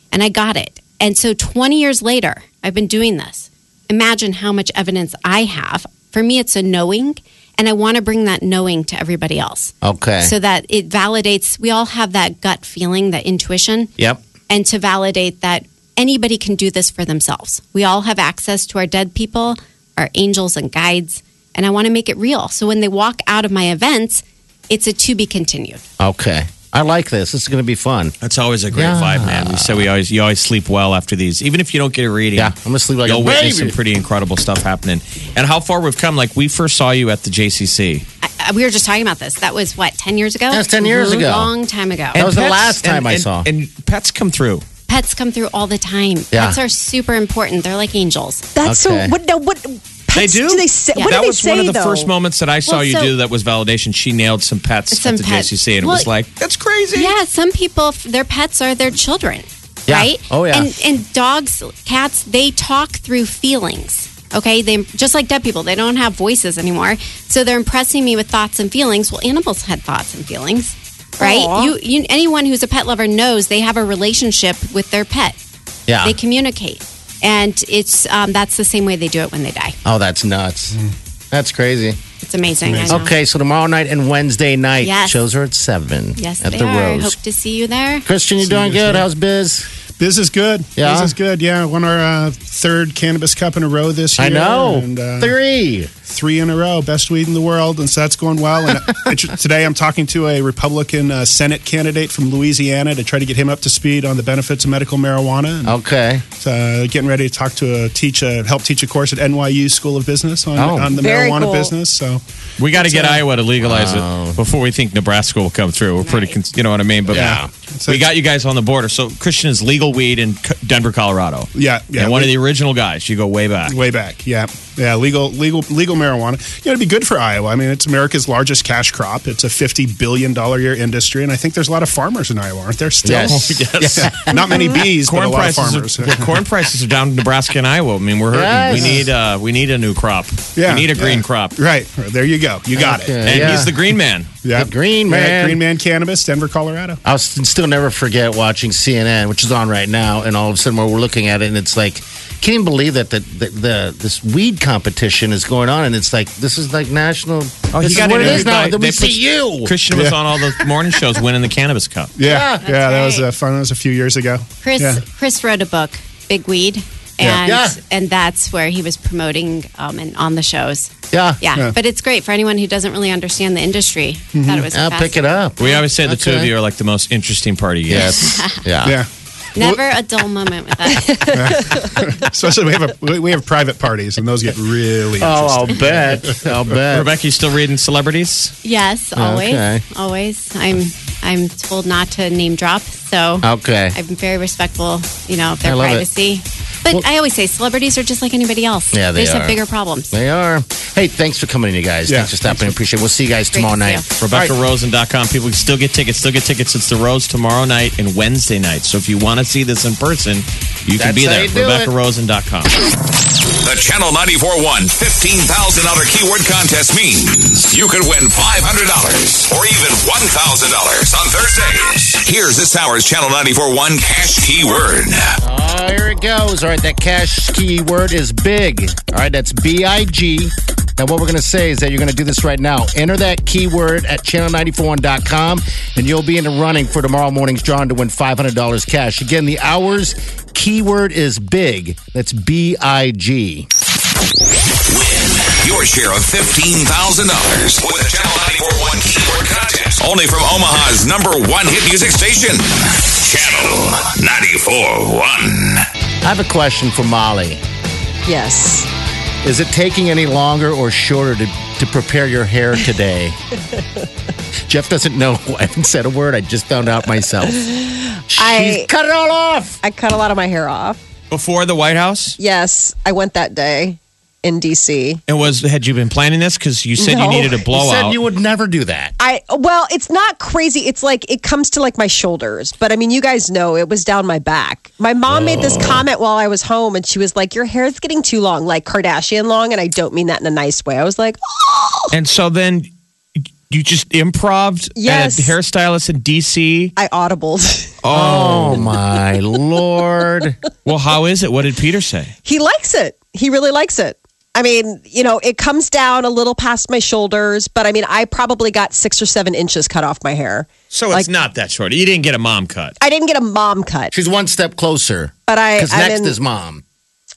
E: And I got it. And so 20 years later, I've been doing this. Imagine how much evidence I have. For me, it's a knowing. And I want to bring that knowing to everybody else
D: Okay.
E: so that it validates. We all have that gut feeling, that intuition
D: yep.
E: and to validate that anybody can do this for themselves. We all have access to our dead people, our angels and guides, and I want to make it real. So when they walk out of my events, it's a to be continued.
D: Okay. I like this. This is going to be fun.
C: That's always a great vibe, man. We say we always you always sleep well after these, even if you don't get a reading.
D: Yeah, I'm gonna sleep like
C: you'll
D: a
C: witness some
D: baby.
C: pretty incredible stuff happening. And how far we've come. Like we first saw you at the JCC.
E: I, I- we were just talking about this. That was what ten years ago.
D: That's 10 years
E: Mhm,
D: ago.
E: Long time ago.
D: That was the last time
C: and-
D: I
C: and-
D: saw.
C: And pets come through.
E: Pets come through all the time.
D: Yeah.
E: Pets are super important. They're like angels.
B: That's
D: Okay.
B: so. What now? What pets
C: They do.
B: they say?
E: Yeah.
B: What
C: that
B: do they
C: was
B: say
C: one of the
B: though?
C: first moments that I saw
E: Well,
C: you
E: so-
C: do. That was validation. She nailed some pets
E: Some
C: at the
E: pets.
C: JCC, and it
E: Well-
C: was like that's crazy.
E: Yeah, some people, f- their pets are their children,
D: Yeah.
E: right?
D: Oh, yeah.
E: And, and dogs, cats, they talk through feelings. Okay, they just like dead people, they don't have voices anymore. So they're impressing me with thoughts and feelings. Well, animals had thoughts and feelings, right?
B: Aw.
E: You, you, anyone who's a pet lover knows they have a relationship with their pet.
D: Yeah.
E: They communicate, and it's um, that's the same way they do it when they die.
D: oh, that's nuts. That's crazy.
E: It's amazing. I know.
D: Okay, so tomorrow night and Wednesday night,
E: Yes.
D: shows are at seven.
E: Yes,
D: at
E: they
D: the
E: are.
D: Rose.
E: Hope to see you there.
D: Christian, you're doing good. How's biz?
F: This is good.
D: Yeah?
F: This is good. Yeah. Won our uh, third cannabis cup in a row this year.
D: I know.
F: And, uh,
D: Three.
F: three in a row, best weed in the world, and so that's going well.
C: [LAUGHS]
F: And I- today I'm talking to a Republican uh, Senate candidate from Louisiana to try to get him up to speed on the benefits of medical marijuana.
C: Oh.
F: And,
D: Okay.
F: uh, getting ready to talk to a teach a help teach a course at NYU School of Business on,
D: Oh.
F: on the
B: Very
F: marijuana
B: cool.
F: business. So
C: We got to get Iowa to legalize
F: Oh.
C: it before we think Nebraska will come through. We're pretty, con- you know what I mean? But
D: Yeah.
C: we got you guys on the border. So Christian is legal weed in C- Denver, Colorado.
F: Yeah, yeah.
C: And one of
F: We-
C: the original guys. You go way back.
F: way back, yeah, yeah, legal legal legal marijuana. You know, it'd be good for Iowa. I mean, it's America's largest cash crop. It's a fifty billion dollar year industry, and I think there's a lot of farmers in Iowa, aren't there? Still, [LAUGHS]
D: Yes.
C: Yes.
F: not
C: [LAUGHS]
F: many bees, but a
C: Corn
F: lot of
C: prices,
F: farmers. [LAUGHS]
C: are, well, corn prices are down in Nebraska and Iowa. I mean, we're hurting.
D: Yes.
C: We need uh, we need a new crop.
F: Yeah,
C: we need a green
F: yeah.
C: crop.
F: Right. There you go. You got
D: Okay.
F: it.
C: And
D: Yeah.
C: he's the green man.
F: Yeah.
D: The Green
F: Yeah,
D: Man.
F: Green Man Cannabis, Denver, Colorado.
D: I'll s- still never forget watching CNN, which is on right now, and all of a sudden we're looking at it, and it's like, can't even believe that the, the, the this weed competition is going on, and it's like this is like national.
C: Oh,
D: this
C: he
D: is
C: got
D: what it
C: interviewed
D: is now.
C: by-
D: That we
C: they
D: see
C: put-
D: you.
C: Christian was on all the morning shows winning the cannabis cup.
D: Ah,
F: Yeah. Yeah. that was
E: right.
F: uh, fun. That was a few years ago.
E: Chris
F: Yeah.
E: Chris wrote a book, Big Weed,
F: Yeah.
E: and
D: Yeah.
E: and that's where he was promoting um, and on the shows.
D: Yeah,
E: Yeah.
F: Yeah. Mm-hmm.
E: but it's great for anyone who doesn't really understand the industry. Thought it was
D: I'll pick it
E: fascinating.
D: up.
C: We always say the two of
D: Okay.
C: you are like the most interesting party. Yes.
E: [LAUGHS]
D: Yes. yeah.
F: Yeah.
E: Never a dull moment with us.
D: [LAUGHS]
F: Especially we have a, we- we have private parties, and those get really.
D: Oh,
F: interesting.
D: I'll bet. I'll bet.
C: Rebecca, you still reading celebrities?
E: yes, always,
D: Okay.
E: always. I'm I'm told not to name drop, so
D: Okay.
E: I'm very respectful. You know of
D: Oh. I
E: their
D: love it.
E: privacy. But
D: Well-
E: I always say celebrities are just like anybody else.
D: Yeah, they
E: just
D: are.
E: have bigger problems.
D: They are. Hey, thanks for coming in, you guys.
F: Yeah.
D: Thanks for stopping. Appreciate it. We'll see you guys
E: Great to
D: tomorrow
E: see
D: night.
E: you.
D: All right.
C: RebeccaRosen.com. People can still get tickets. Still get tickets. It's the Rose tomorrow night and Wednesday night. So if you want to see this in person, you can
D: That's
C: be
D: how
C: there.
D: you do it.
C: RebeccaRosen.com.
A: The Channel 941 $15,000 keyword contest means you could win $500 or even $1,000 on Thursdays. Here's this hour's Channel 941 cash keyword.
D: Oh, here it goes. All right, that cash key word is big. All right, that's B I G. Now, what we're going to say is that you're going to do this right now. Enter that keyword at channel941.com, and you'll be in the running for tomorrow morning's drawing to win $500 cash. Again, the hours keyword is big. That's B I G.
A: Win your share of $15,000 with the Channel 941 keyword contest. Only from Omaha's number one hit music station, Channel 941.
D: I have a question for Molly.
B: Yes.
D: Is it taking any longer or shorter to, to prepare your
B: [LAUGHS]
D: hair today? Jeff doesn't know. [LAUGHS] I haven't said a word. I just found out myself.
B: I-
D: She's cut it all off.
B: I cut a lot of my hair off.
C: Before the White House,
B: Yes, I went that day. in DC.
C: And was had you been planning this? Because you said
B: No.
C: you needed a
D: You said
C: blowout.
D: you would never do that.
B: I well, it's not crazy. It's like it comes to like my shoulders, but I mean, you guys know it was down my back. My mom made
C: Oh.
B: this comment while I was home, and she was like, "Your hair's getting too long, like Kardashian long," and I don't mean that in a nice way. I was like, "Oh,"
C: and so then you just improved
B: Yes.
C: at a hairstylist in DC.
B: I audibled. [LAUGHS]
D: Oh my lord!
C: Well, how is it? What did Peter say?
B: he likes it. He really likes it. I mean, you know, it comes down a little past my shoulders, but I mean, I probably got six or seven inches cut off my hair.
C: So it's not that short. You didn't get a mom cut.
B: I didn't get a mom cut,
D: She's one step closer
B: but I
D: because
B: I'm
D: next
B: in-
D: is mom.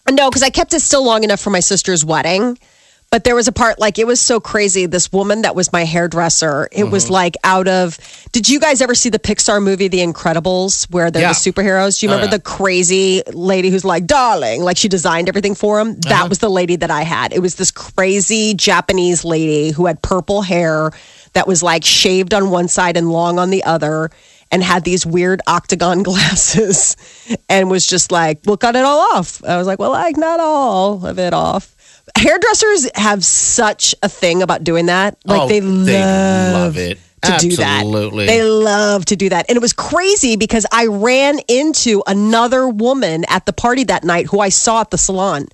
B: No, because I kept it still long enough for my sister's wedding. But there was a part like it was so crazy. This woman that was my hairdresser, it was
D: Mm-hmm.
B: like out of. Did you guys ever see the Pixar movie The Incredibles, where they're
D: Yeah.
B: the superheroes? Do you remember the crazy lady who's like, darling, like she designed everything for him? That was the lady that I had. It was this crazy Japanese lady who had purple hair that was like shaved on one side and long on the other and had these weird octagon [LAUGHS] glasses and was just like, well, cut it all off. I was like, well, like, not all of it off. Hairdressers have such a thing about doing that. Like,
D: oh,
B: they love
D: love it.
B: to do
D: Absolutely.
B: that. They love to do that. And it was crazy because I ran into another woman at the party that night who I saw at the salon.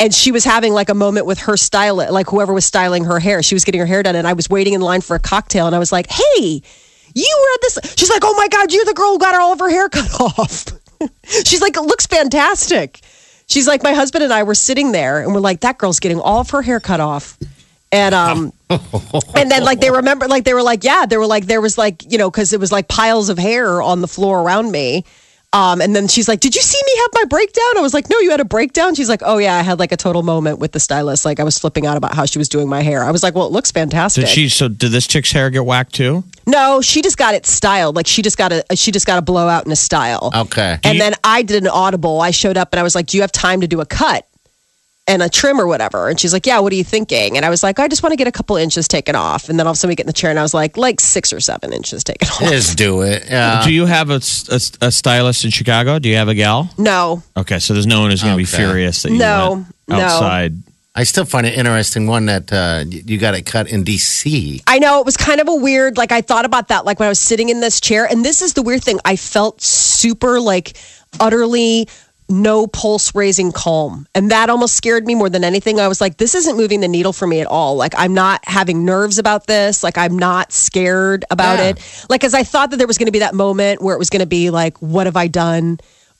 B: And she was having like a moment with her stylist, like whoever was styling her hair. She was getting her hair done. And I was waiting in line for a cocktail and I was like, hey, you were at this. She's like, oh my God, you're the girl who got her all of her hair cut [LAUGHS] off. She's like, it looks fantastic. She's like, my husband and I were sitting there and we're like, that girl's getting all of her hair cut off. And um, and then like they remember like they were like yeah they were like there was like you know because it was like piles of hair on the floor around me um, and then she's like did you see me have my breakdown i was like no you had a breakdown she's like oh yeah i had like a total moment with the stylist like i was flipping out about how she was doing my hair i was like well it looks fantastic
C: Did she? So did this chick's hair get whacked too?
B: no she just got it styled like she just got a she just got a blowout and a style
D: Okay.
B: and then I did an audible. I showed up and I was like, Do you have time to do a cut and a trim or whatever? And she's like, Yeah, what are you thinking? And I was like, I just want to get a couple inches taken off. And then all of a sudden we get in the chair and I was like, Like six or seven inches taken off.
D: Just do it. Uh, Yeah.
C: Do you have a, s- a s- a stylist in Chicago? Do you have a gal?
B: No,
C: Okay, so there's no one who's going to be
D: Okay.
C: furious that you
B: No,
C: went
B: no.
C: outside.
D: I still find it interesting one that uh, y- you got it cut in D.C.
B: I know it was kind of a weird. Like I thought about that, like when I was sitting in this chair, and this is the weird thing. I felt super, like, utterly no pulse raising calm, and that almost scared me more than anything. I was like, this isn't moving the needle for me at all. Like I'm not having nerves about this. Like I'm not scared about
D: Yeah.
B: it. Like as I thought that there was going to be that moment where it was going to be like, what have I done?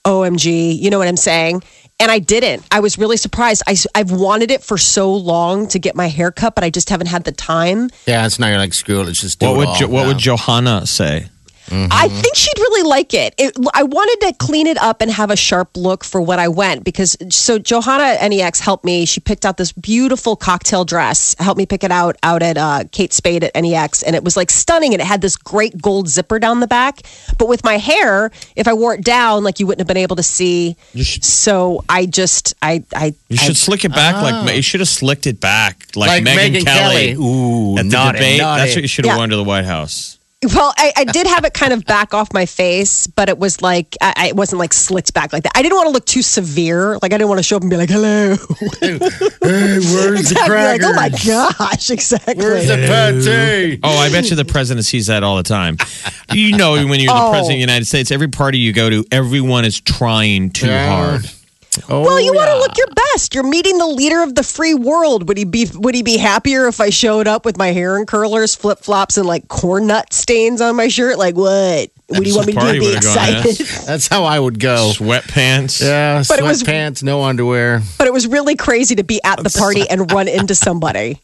B: OMG, you know what I'm saying? And I didn't. I was really surprised. I, have wanted it for so long to get my hair cut, but I just haven't had the time.
D: Yeah, it's not you're like screw it. Let's just do
C: What
D: it
C: would
D: all.
C: jo- what
D: Yeah.
C: would Johanna say?
B: I
C: Mm-hmm.
B: think she'd really like it. it. I wanted to clean it up and have a sharp look for what I went because so Johanna at NEX helped me. She picked out this beautiful cocktail dress, helped me pick it out out at uh, Kate Spade at NEX, and it was like stunning. And it had this great gold zipper down the back. But with my hair, if I wore it down, like you wouldn't have been able to see. So I just, I, I,
C: You
B: I Oh.
C: should slick it back like Ma- you should have slicked it back like,
D: Like
C: Megyn
D: Megyn
C: Kelly,
D: Kelly. Ooh,
C: at the
D: naughty,
C: debate.
D: naughty.
C: That's what you should have
B: Yeah.
C: worn to the White House.
B: [LAUGHS] Well, I, I did have it kind of back off my face, but it was like I, I it wasn't like slicked back like that. I didn't want to look too severe. Like I didn't want to show up and be like, "Hello."
D: [LAUGHS] Hey, where's the
B: [LAUGHS] I'd be like,
D: crackers?
B: "Oh my gosh!" [LAUGHS] Exactly.
D: Where's the patty?
C: Oh, I bet you the president sees that all the time.
B: [LAUGHS]
C: You know, when you're the
B: Oh.
C: president of the United States, every party you go to, everyone is trying too
D: Yeah.
C: hard.
B: well,
D: Oh,
B: you want to look your best. You're meeting the leader of the free world. Would he be Would he be happier if I showed up with my hair in curlers, flip flops, and like corn nut stains on my shirt? Like what? What do
C: That's
B: you want
C: the
B: me to do?
C: party
B: Be
C: would've gone, yeah.
B: excited? [LAUGHS]
D: That's how I would go.
C: Sweatpants.
D: Yeah,
B: But it was-
D: sweatpants, no underwear.
B: But it was really crazy to be at the party and run into somebody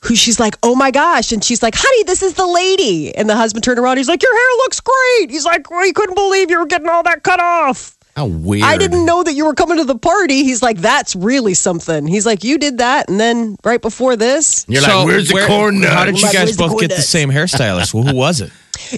B: who she's like, oh my gosh. And she's like, honey, this is the lady. And the husband turned around. He's like, your hair looks great. He's like, we couldn't believe you were getting all that cut off.
D: How weird.
B: I didn't know that you were coming to the party. He's like, that's really something. He's like, you did that. And then right before this,
D: You're
C: So
D: like, where's the
C: where-
D: corn nut?
C: How did you
B: Like,
C: guys
B: where's the
C: both
B: corn
C: get the
B: nuts?
C: same hairstylist? Well, who
D: [LAUGHS]
C: was it?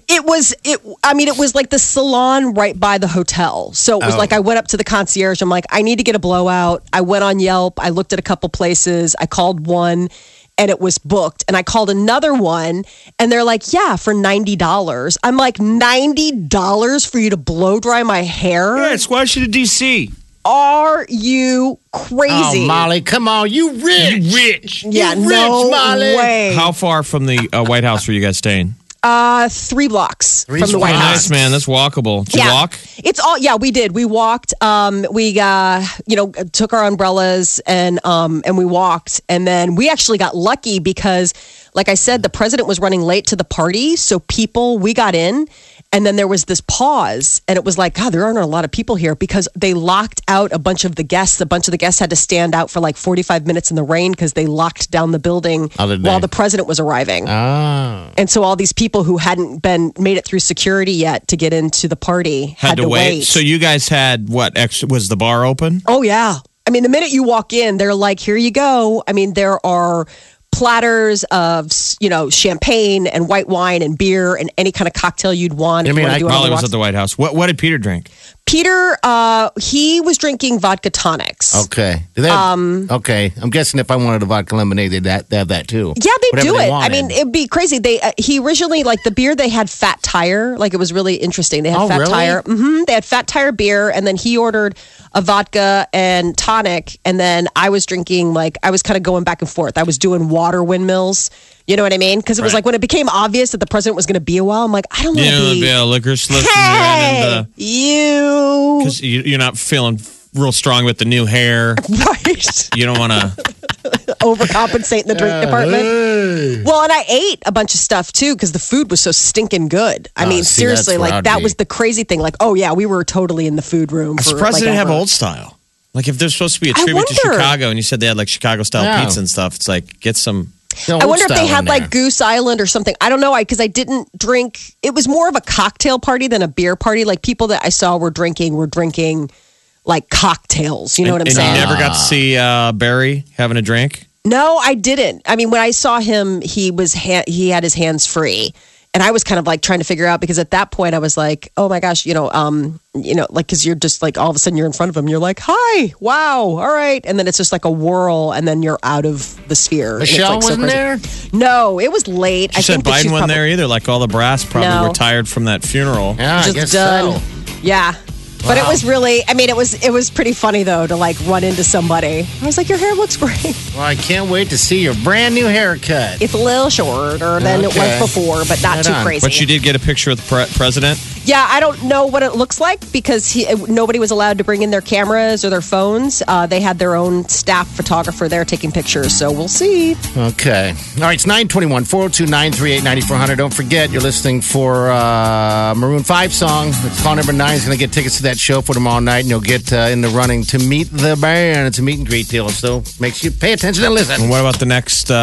B: it was it i mean it was like the salon right by the hotel so it
D: Oh.
B: was like i went up to the concierge i'm like i need to get a blowout i went on yelp i looked at a couple places i called one and it was booked and i called another one and they're like yeah for $90 i'm like $90 for you to blow dry my hair
C: Washington D.C.
B: Are you crazy?
D: Oh, Molly, come on. You rich.
C: Rich.
B: yeah,
D: you rich,
B: no
D: Molly.
B: way.
C: How far from the uh, White House were you guys staying?
B: Uh, three blocks from the White
D: blocks.
B: House.
C: Nice, man. That's walkable. Did you
B: Yeah.
C: walk?
B: It's all yeah, we did. We walked. Um, we uh, you know, took our umbrellas and um, and we walked. And then we actually got lucky because, like I said, the president was running late to the party, so people we got in. And then there was this pause, and it was like, God, there aren't a lot of people here because they locked out a bunch of the guests. A bunch of the guests had to stand out for like 45 minutes in the rain because they locked down the building
D: How did
B: while
D: they?
B: the president was arriving.
D: Ah.
B: And so all these people who hadn't been made it through security yet to get into the party had, to, wait.
C: So you guys had what? Ex- was the bar open?
B: oh yeah. I mean, the minute you walk in, they're like, "Here you go." I mean, there are platters of you know champagne and white wine and beer and any kind of cocktail you'd want.
D: I
B: if you
D: mean,
B: wanna
D: I
B: do it on
C: Molly
B: the
C: was
B: rocks.
C: at the White House. What What did Peter drink?
B: Peter, uh, he was drinking vodka tonics.
D: Okay. Do they um, okay. I'm guessing if I wanted a vodka lemonade, they'd have, they have that too.
B: Yeah, they
D: Whatever
B: do it. I
D: wanted.
B: mean, it'd be crazy. They uh, he originally like the beer they had Fat Tire. Like it was really interesting. They had
D: Oh,
B: Fat
D: really?
B: Tire. hmm They had Fat Tire beer, and then he ordered a vodka and tonic, and then I was drinking like I was kind of going back and forth. I was doing water windmills. You know what I mean? Because it was like when it became obvious that the president was going to be a while. I'm like, I don't want to be.
C: yeah, liquor slips
B: Hey,
D: [LAUGHS]
B: you.
C: because uh, you, you're not feeling real strong with the new hair.
B: [LAUGHS] Right.
C: You don't want to.
B: Overcompensate in the drink department. Well, and I ate a bunch of stuff too because the food was so stinking good.
C: Ah,
B: I mean,
D: see, that's
B: seriously,
D: where
B: like
D: I'd
B: that
D: be.
B: was the crazy thing. Like, oh yeah, we were totally in the food room.
C: Does
B: for,
C: the president
B: like,
C: have
B: ever.
C: old style? Like if there's supposed to be a
B: I
C: tribute to
B: wonder.
C: Chicago, and you said they had like Chicago style
D: Yeah.
C: pizza and stuff, it's like get some.
B: I wonder if they had like Goose Island or something. I don't know. I because I didn't drink. It was more of a cocktail party than a beer party. Like people that I saw were drinking were drinking like cocktails. You know what
C: and,
B: I'm
C: and
B: saying?
C: you never got to see uh, Barry having a drink.
B: No, I didn't. I mean, when I saw him, he was ha- he had his hands free, and I was kind of like trying to figure out because at that point I was like, oh my gosh, you know, um, you know, like because you're just like all of a sudden you're in front of him, you're like, hi, wow, all right, and then it's just like a whirl, and then you're out of the sphere. and it's,
D: Michelle
B: like, so
D: wasn't
B: crazy.
D: there?
B: No, it was late.
C: You
B: I
C: said
B: think that
C: Biden
B: she
C: wasn't
B: probably-
C: there either. Like all the brass probably
B: No.
C: were tired from that funeral.
D: Yeah, I
B: Just
D: guess
B: done.
D: so.
B: Yeah. But it was really, I mean, it was it was pretty funny though to like run into somebody. I was like, your hair looks great. [LAUGHS]
D: Well, I can't wait to see your brand new haircut.
B: It's a little shorter than it
D: Okay.
B: was before, but not
D: Right
B: too
D: on.
B: crazy.
C: But you did get a picture of the pre- president.
B: Yeah, I don't know what it looks like because he, nobody was allowed to bring in their cameras or their phones. Uh, they had their own staff photographer there taking pictures, so we'll see.
D: Okay. All right, it's 921 402 938 9400. Don't forget, you're listening for uh, Maroon 5 song. It's call number nine. is going to get tickets to that show for tomorrow night, and you'll get uh, in the running to meet the band. It's a meet and greet deal, so make sure you pay attention and listen.
C: And what about the next uh,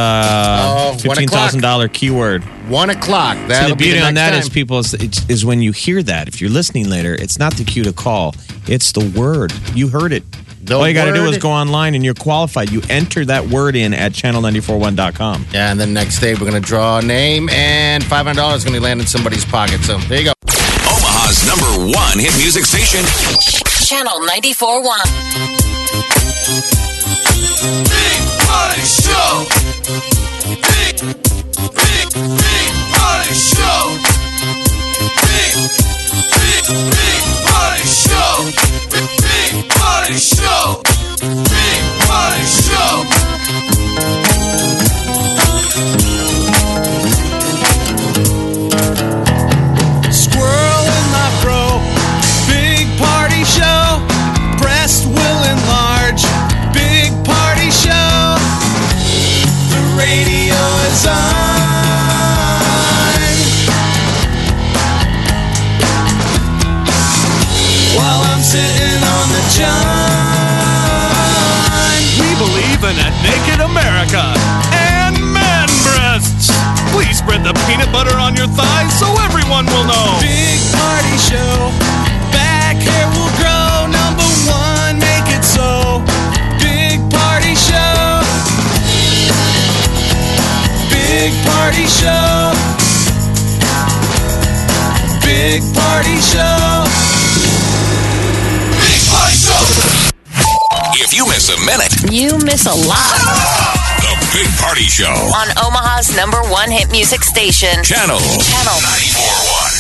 D: Oh, one
C: fifteen thousand dollar keyword?
D: One o'clock.
C: And
D: That'll
C: the
D: be
C: beauty
D: the
C: on
D: next
C: that
D: time.
C: is people is, it's- is when you hear that. If you're listening later, it's not the cue to call; it's the word. You heard it.
D: The
C: All you got to do
D: word.
C: is go online, and you're qualified. You enter that word in at channel941.com.
D: Yeah, and then next day we're going to draw a name, and five hundred dollars is going to land in somebody's pocket. So there you go.
A: Omaha's number one hit music station.
G: Channel 94.1.
A: Big Party Show. Big, big, big Party Show. Big, big, big Party Show. Big, big Party Show. Big Party Show.
H: Squirrel in my bro. Big party show. Breast will enlarge. Big party show. The radio is on. While I'm sitting on the john. We believe in a naked America and man breasts. Please spread the peanut butter on your thighs so everyone will know. Big party show. Back hair will grow. Number one, make it so. Big party show. Big party show. Big party show.
A: Big Party Show. If you miss a minute,
G: You miss a lot
A: the Big Party Show.
G: on Omaha's number one hit music station.
A: Channel
G: Channel
A: 941.